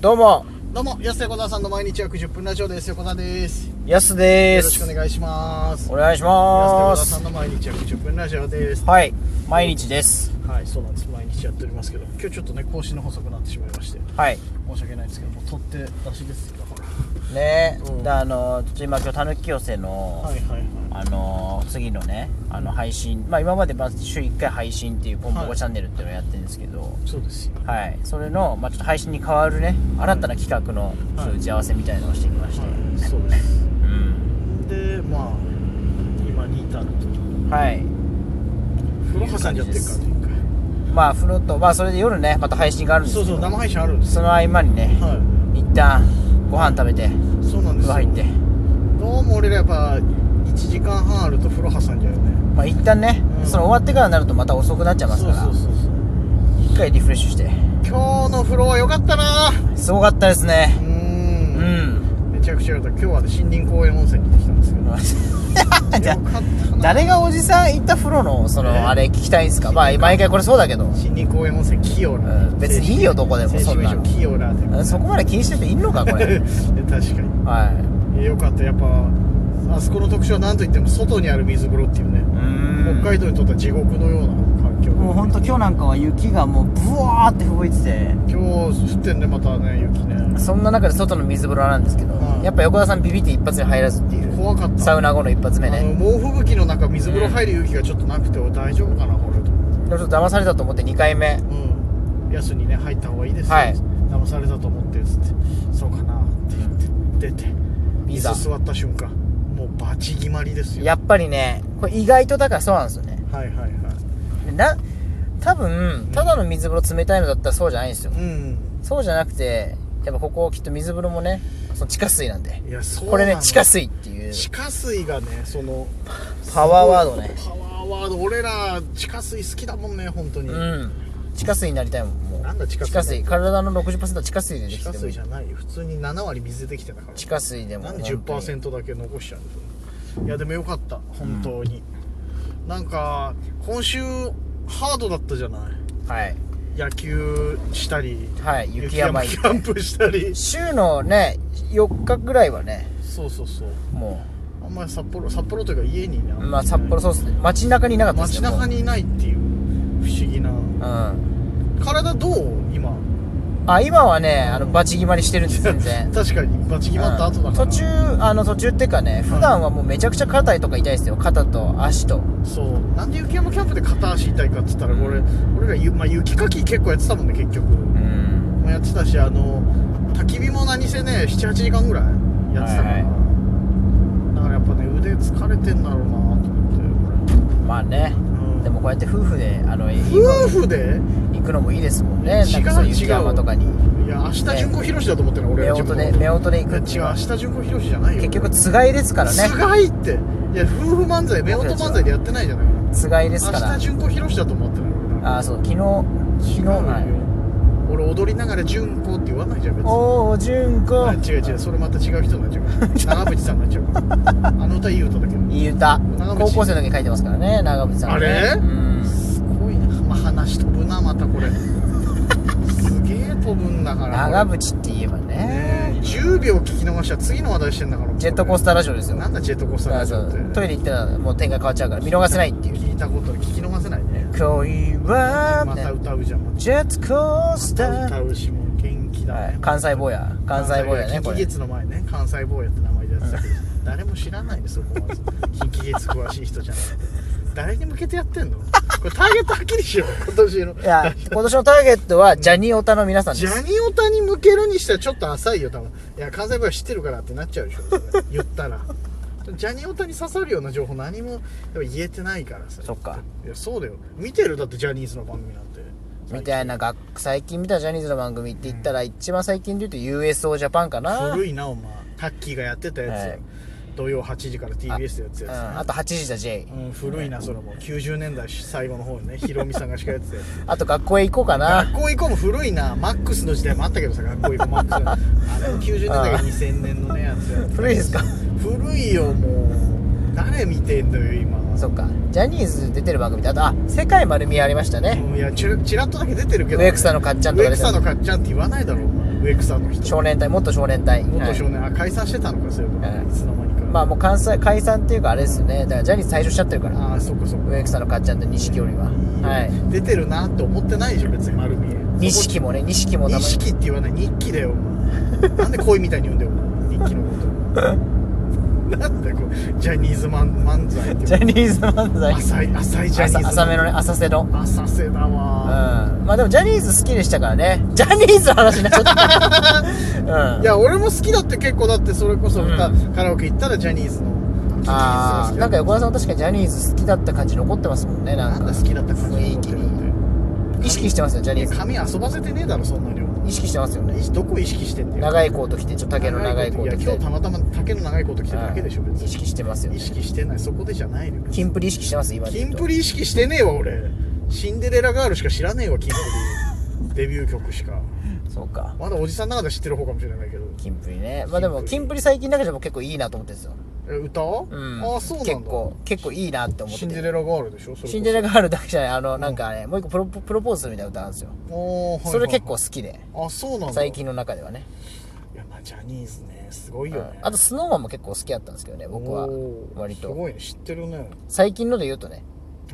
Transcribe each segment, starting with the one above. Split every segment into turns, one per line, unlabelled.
どうも、
どうも、安瀬小沢さんの毎日約10分ラジオです。横田です。
やすで
よ
す。
ろしくお願いします。
お願いし
安瀬小
ま
沢さん
す。
の毎日約10分ラジオです。
はい、毎日です。
はい、そうなんです。毎日やっておりますけど、今日ちょっとね、更新の細くなってしまいまして、
はい。
申し訳ないですけど、もう取って出しですよ。だか
ね
うん
で、あの、ちょっと今今日、たぬき寄せの、
らはいはいはい。
あの、次のね、あの、配信、まあ今までまず週1回配信っていうポンポ
は
コ
い
チャンネルっていうのをやってるんですけど、
そうですよ。
はい、それの、まあちょっと配信に変わるね、新たな企画の、
はい
そういう打ち合わせみたいなのをしてきまして、
はい、そうです。
うん。
で、まあ、今に至ると。
はい。
風呂挟んじゃってるからというか。
まあ、風呂と、まあそれで夜ね、また配信があるんです
そう
けど、
そう、生配信あるんです
そ
よ。
の合間にね、
は
一旦、ご飯食べて、
い。そうなん
風呂
ですよ。
入って。
どうも俺らやっぱ、1時間半あると風呂挟んじゃうよね。
まあ一旦ね、
うん
その終わってからになるとまた遅くなっちゃいますから
そうそうそうそう。
一回リフレッシュして
今日の風呂は良かったな
すごかったです
う
ねうんん
めちゃくちゃ良かった今日はね森林公園温泉に行ってきたんですけど
じゃ
良かった な
誰がおじさん行った風呂のその、
え
あれ聞きたいんですかまあ毎回これそうだけど
森林公園温泉キオラ、
うん別にいいよどこでも
正
そん
式名
な
称
の
キオラで
そこまで気にしてる人いんのかこ れ
確か
は
に良かったやっぱあそこの特徴は何といっても外にある水風呂っていうね
い、うん
北海道にとっては地獄のような環境
もう本当今日なんかは雪がもうブワーって吹雪いて
今日降ってんねまたね雪ね
てそんな中で外の水風呂なんですけど、
うん
やっぱ横田さんビビって一発に入らずっていう
怖かった
サウナ後の一発目
あの
ね
猛吹雪の中水風呂入る勇気がちょっとなくて大丈夫かなこれと
でもちょっと騙されたと思って2回目
うん、安にね入った方がいいですよ、
はい
騙されたと思ってっつってそうかなって言って出て
いざ
椅子座った瞬間もうバチ決まりですよ
やっぱりねこれ意外とだからそうなんですよね
はいはいはい
でな多分ただの水風呂冷たいのだったらそうじゃないんですよ
うん
そうじゃなくてやっぱここきっと水風呂もねその地下水なんで
いやそう
これね
なの
地下水っていう
地下水がねその
パワーワードね
パワーワード俺ら地下水好きだもんね本当に、
うん地下水になりたいもんもう
なんだ地下水
体の60%地下水でで
地
き
下
てもい
水
い
じゃないよ普通に7割水でできてたから
地下水でも
なんで
本当に
10%だけ残しちゃうんのいやでもよかった本当に、なんか今週ハードだったじゃない
はい
野球したり
はい雪山行
雪
っ
キャン
て
プしたり
週のね4日ぐらいはね
そうそうそう
も
あんまり札幌札幌というか家にね
うまあ札幌そうっすね街中にいなかったです
街
ね
中にいないっていう不思議な
もううん
体どう今
あ今はねあのバチ決まりしてるんです全然
確かにバチ決まった後だから、
途中あの途中っていうかね普段はもうめちゃくちゃ肩とか痛いですよ肩と足と
そうなんで雪山キャンプで片足痛いかっつったら俺俺らゆ、まあ、雪かき結構やってたもんね結局
うん
もやってたしあの焚き火も何せね78時間ぐらいやってたから、
はいは
だからやっぱね腕疲れてんだろうなと思って
まあね
うん
でもこうやって夫婦であのい
夫婦で
行くのもいいですもんね
違う
なんかそういう
違う
雪山とかに
いや明日純子ひろしだと思ってるの俺
目
は自
音
分
で
い
目音で行
や
く
違う
っていうの
明
は
日純子ひろしじゃないよ
結局つがいですからね
すごいっていや夫婦漫才夫婦漫才でやってないじゃない
つがいですか
明日
ら
純子ひろしだと思ってるの俺
あそう昨日昨日
違うよ
は
俺踊りながら純子って言わないじゃん別に
おお純子
あ違う違うそれまた違う人に なっちゃうから長渕さんになっちゃうからあの歌いい歌だけど
いい歌
長渕
高校生の時に書いてますからね長渕さんはね
あれ
うん
すごいな、まあ、話飛ぶなまたこれすげえ飛ぶんだから
長
こ
渕って言えば
れねえ
ね
10秒聞き逃したら次の話題してんだから
ジェットコースターラジオですよ
なんだジェットコースター
あ
ラジ
そ
オって
うトイレ行ったらもう展開変わっちゃうから見逃せないっていう
聞いたこと聞き逃せないね
恋は
また歌うじゃんま
ジェットコースタ
た歌
ー
うしもう元気だね、
はい関西坊や関西坊やねこ
近畿
れ
月の前ね関西坊やって名前でやってたけど誰も知らないですよここは近畿月詳しい人じゃなくて誰に向けてやって んのこれターゲットはっきりしよう今年の
いや今年のターゲットはジャニオタの皆さん
ジ
で
ャ
す
ニオタに向けるにしてはちょっと浅いよ多分いや関西弁は知ってるからってなっちゃうでしょそれ言ったらジャニオタに刺さるような情報何もやっぱ言えてないからさ
そっか
いやそうだよ見てるだってジャニーズの番組なんて
みたいな学最近見たジャニーズの番組って言ったら一番最近で言うと USO ジャパンかな
古いなお前タッキーがやってたやつ、
はい
土曜8時から TBS でやって
うん
たや
あと8時だ J
つ、ねうん、古いなそれも90年代最後の方にねヒロミさんがしかやってたやつ
あと学校へ行こうかな
学校以降も古いなマックスの時代もあったけどさ学校以降マックスのあれも90年代から2000年のねやつやって
古いですか
古いよもう誰見てんだよ今
そっかジャニーズ出てる番組ってあとあ世界丸見えありましたね
いやちらちらっとだけ出てるけど
植草のかっちゃんとか出
植
て
草
る
のかっちゃんって言わないだろお前植草の人
少年隊元少年隊
元少
はい
年、あ解散してたのかそういうこと、
はい
い、つの間にか
まあもう関西解散っていうかあれですよねだからジャニーズ退場しちゃってるから
ああそっかそっか
植草のかっちゃんと錦織ははい
出てるなって思ってないでしょ別に丸見え
錦もね錦も名前
錦って言わない日記だよなんで恋みたいに言うんだよ日記の ことなんだこうジャニーズマン漫才って
ジャニーズ漫才
浅い浅いジャニーズ
浅浅めのね浅瀬のうん
浅瀬だわ、
まあでもジャニーズ好きでしたからねジャニーズの話になっちゃった、うん、
いや俺も好きだって結構だってそれこそ歌、
うん
カラオケ行ったらジャニーズの聞きに行って
ああ
たけど
なんか横田さんは確かにジャニーズ好きだった感じ残ってますもんねな
なんん
か
だ好きだった感じ
雰囲気に意識してますよジャニーズ
髪遊ばせてねえだろそんな量
意識してますよね
どこ意識してんだよ
長いコート着てちょっと竹の長いコート
い
着
や今
て
日たまたま竹の長いこと着てるだけでしょ別
意識してますよ
に意
ね
識してないそこでじゃないのよ
キンプリ意識してます今で
キ
言う
ン
と
プリ意識してねえわ俺シンデレラガールしか知らねえわキンプ リデビュー曲しか
そうか
まだおじさんの中で知ってる方かもしれないけど
キンプリねまあでも
キ
キ
ンプリ
ンプリ最近だけでも結構いいなと思ってるんですよ
え歌、
うん
ああそうなんだ
結構結構いいなって思っ
シ
て
ンデ
て
レラガールでしょそれ
シンデレ
ラ
ラガールだけじゃないあのなんかねもう一個プロプロポーズするみたいな歌なんですよ
おー、はいはいはい
それ結構好きで
あそうなんだ
最近の中ではね
いやまあジャニーズねすごいよね
あとスノーマンも結構好きだったんですけどね僕は
おー
割と
すごいね知ってるね
最近ので言うとね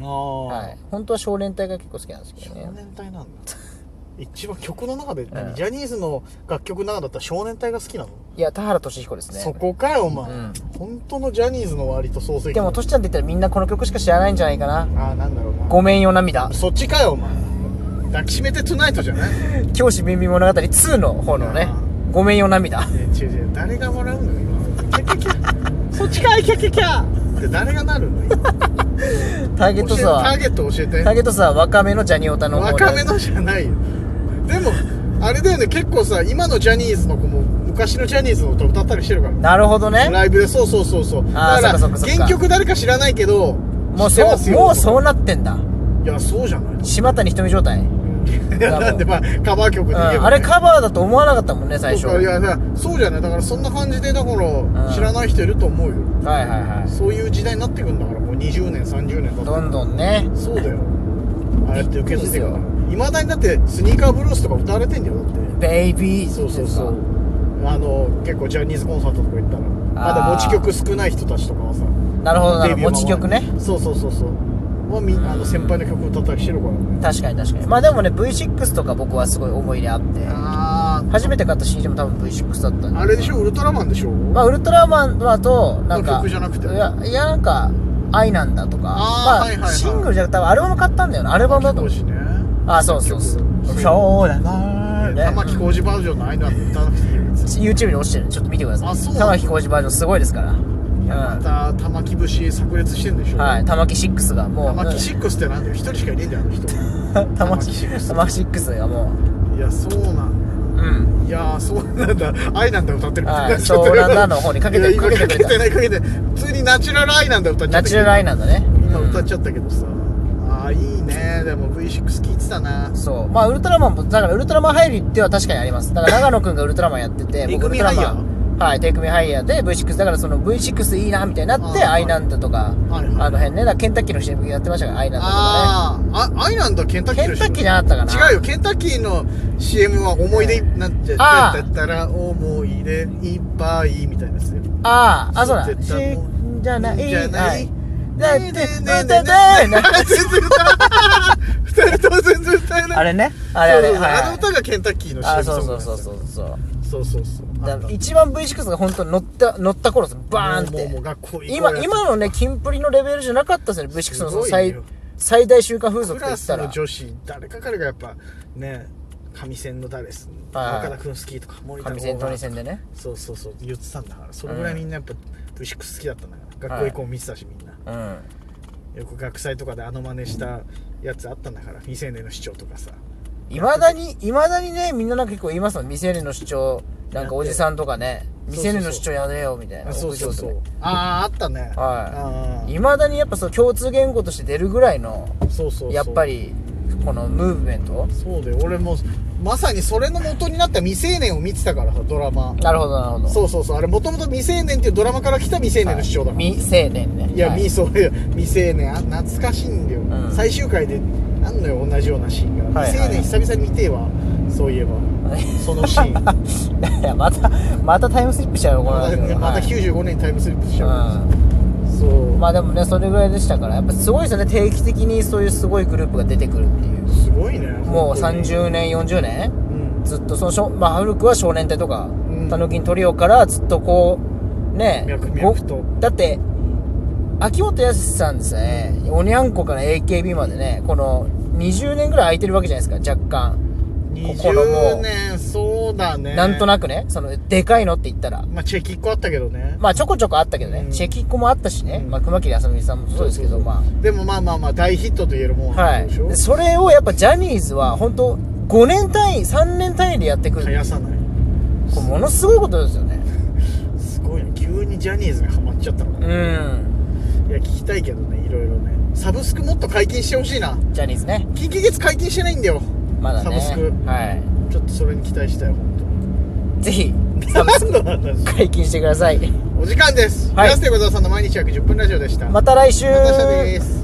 ああ、
はい本当は少年隊が結構好きなんですけ
少
どね
年隊なんだ一番曲の中で、
うん
ジャニーズの楽曲の中だったら少年隊が好きなの、
いや田原俊彦ですね
そこかよお前、
うん
本当のジャニーズの割と創世記
でもトシちゃんって言ったらみんなこの曲しか知らないんじゃないかな
ああなんだろうな
ごめんよ 涙
そっちかよお前抱きしめてトゥナイトじゃないね
教師ビンビン物語2の方のね
あ
ごめんよ涙
違う違う誰がもらうのよ今キャキャキャそっちかいキャキャキャで誰がなるの今タ
ターゲットさ
ター
は
ゲット教え
ター
て
ゲットさは若めのジャニオタの方で
若めのじゃないよでもあれだよね結構さ今のジャニーズの子も昔のジャニーズの歌歌ったりしてるから
なるほどね
ライブでそうそうそうそう
あー
だから
そっかそっかそっか
原曲誰か知らないけど
もう
知って
そ
ます
う
よ
もうそうなってんだ
いやそうじゃない
島谷ひとみ状態、
いやなんでまあカバー曲
う
で
ん、
言えばね、
あれカバーだと思わなかったもんね最初
そう
は
かい
い
やいやそうじゃないだからそんな感じでだから
ん
知らない人いると思うよ、
はいは
そういう時代になってくんだからもう20年30年
い
だ
ど
っ
んどんね
てそうだよああやって受け継いでいく
びっく
いまだにだってスニーカーブルースとか歌われてんだよだって
ベイビー
そうそうそうあの結構ジャニーズコンサートとか行ったらまだ
あー
持ち曲少ない人たちとかはさ
なるほどなる
デ
ほど持
ビュー間も
ち曲ね
そうそうそうそうはみあの先輩の曲歌ったりしてるからね
確かに確かにまあでもね V6 とか僕はすごい思い入れあって
あ
初めて買った CD も多分 V6 だったんで
あれでしょウルトラマンでしょ
まあ、ウルトラマンはとなんか
の曲じゃなくて
いやいやなんか「愛なんだ」とか
あー
まあ
はいはいはい
シングルじゃなくて多分アルバム買ったんだよなアルバムだと
結構
思う
しね
あそうそうそう
結構
そうだなーね
玉置浩二バージョンの間なんて歌わなくていいよ別に
YouTube に落ちてるんでちょっと見てください
あそうなの
玉置浩二バージョンすごいですから
また玉置節炸裂してんでし
う
ょ
んはい玉置6がもう
玉置
シッ
6ってなんだよ一人しかいねえんだよあの人
ク 玉置
6
玉置6がも
いやそうな
う
ん
うん
だいやそうなんだ愛なんだ歌ってるみたいに
は
ないっちゃった
そうなんだの方にかけて
いや今
かけて
か
く
け
れた
てないかけてない普通にナチュラル愛なんだ歌っちゃった
ナチュラル愛なんだね
今歌っ
ゃ
ちゃったけどさあーいいねでも V6 聞いてたな
そうまあウルトラマンもだからウルトラマン入りでは確かにありますだから長野くんがウルトラマンやってて
Take
僕ウ
Me
ルトラマ
Higher
ンはいテイクミハイヤーで V6 だからその V6 いいなみたいになっ
あ
て
ー
アイランドとか
はいはい
あの辺ねだからケンタッキーの CM やってましたからアイランドとか
あーあ愛なんだケンタッキ
ね
ー
ケ
で
ン
しょ
タッキーじゃなかったかな
違うよケンタッキーの CM は思い出なんて
あ
だ
ー
ったら思い出いっぱいみたいなやつよ
あああそうだ
絶対もう
じゃない
じゃ
は
ない
いだ
だ
っ
ってて
だ
だ
っ
ってて
だ
だ
っ
ってて2人とも全然歌えない
あれねあれあれ
そうそうそう
はい
あの歌がケンタッキーの CM
あそうそう
ソ
そ
ン
う
グ
そ
なん
うそう
ですよそうそうそう
だ
あ
か
の
ら一番 V6 が本当に乗った乗った頃ですバーンっ
もうもう
て
学校行こ
今
うやつ
今のねキンプリのレベルじゃなかったですよね V6 のその最
すごいよ
最大瞬間風
ク
俗と言
ラ
っ
ス
た
の
ら
女子誰か彼がやっぱね上線の誰です
はい
岡田君好きとか森田
上
の
線鳥線でね
そうそうそう言ってたんだからそれぐらいみんなやっぱ V6 好きだったんだから
はい
学校行こう見てたしみんな
うん
よく学祭とかであの真似したやつあったんだから未成年の主張とかさ
いまだにいまだにねみんななんか結構言いますもん未成年の主張なんかおじさんとかね
そう
未
そう
成年の主張やめよみたいな
あそうそうそうあああったねあ
はいいまだにやっぱその共通言語として出るぐらいの
ーそうそうそう
やっぱりこのムーブメント
そうだよ俺もまさにそれの元になった未成年を見てたからさドラマ
なるほどなるほど
そうそうそうあれもともと未成年っていうドラマから来た未成年の主張だから、
未成年ね
いや、
は
みそういう未成年あ懐かしいんだよ、
ん
最終回であんのよ同じようなシーンが、
はいはい
未成年久々に見てえわそそういえばそのシーン
い やまたまたタイムスリップしちゃうよこの
ま
話
た また95年にタイムスリップしちゃう
はい
そう
うんまあでもねそれぐらいでしたからやっぱすごいですよね定期的にそういうすごいグループが出てくるっていう
すごいね
もう
本当に
30年40年
うん
ずっとそのしょ、まあ、ハルクは少年隊とか
うん
たぬきんトリオからずっとこうね
脈々
ご
と
だって秋元康さんですねおにゃんこから AKB までねこの20年ぐらい空いてるわけじゃないですか若干、このもう
20年そうだね
なんとなくねそのでかいのって言ったら
まあチェキ1個あったけどね
まあちょこちょこあったけどね、
うん
チェキっ子もあったしね、
うん
まあ、熊切あさみさんもそうですけどまあ
でもまあまあまあ大ヒットと言えるもん
は
なんでしょ
い、それをやっぱジャニーズは本当5年単位3年単位でやってく
絶
る
やさない
これものすごいことですよね
すごいね急にジャニーズにハマっちゃったのか
う
な、
ん
いや聞きたいけどねいろいろねサブスクもっと解禁してほしいな
ジャニーズね
近畿月解禁してないんだよ
まだね
サブスク
は
ちょっとそれに期待したよ 本
いぜひ
当に。何の話
解禁してください
お時間です
はい
安手小沢さんの毎日約10分ラジオでした
また来週
また明日です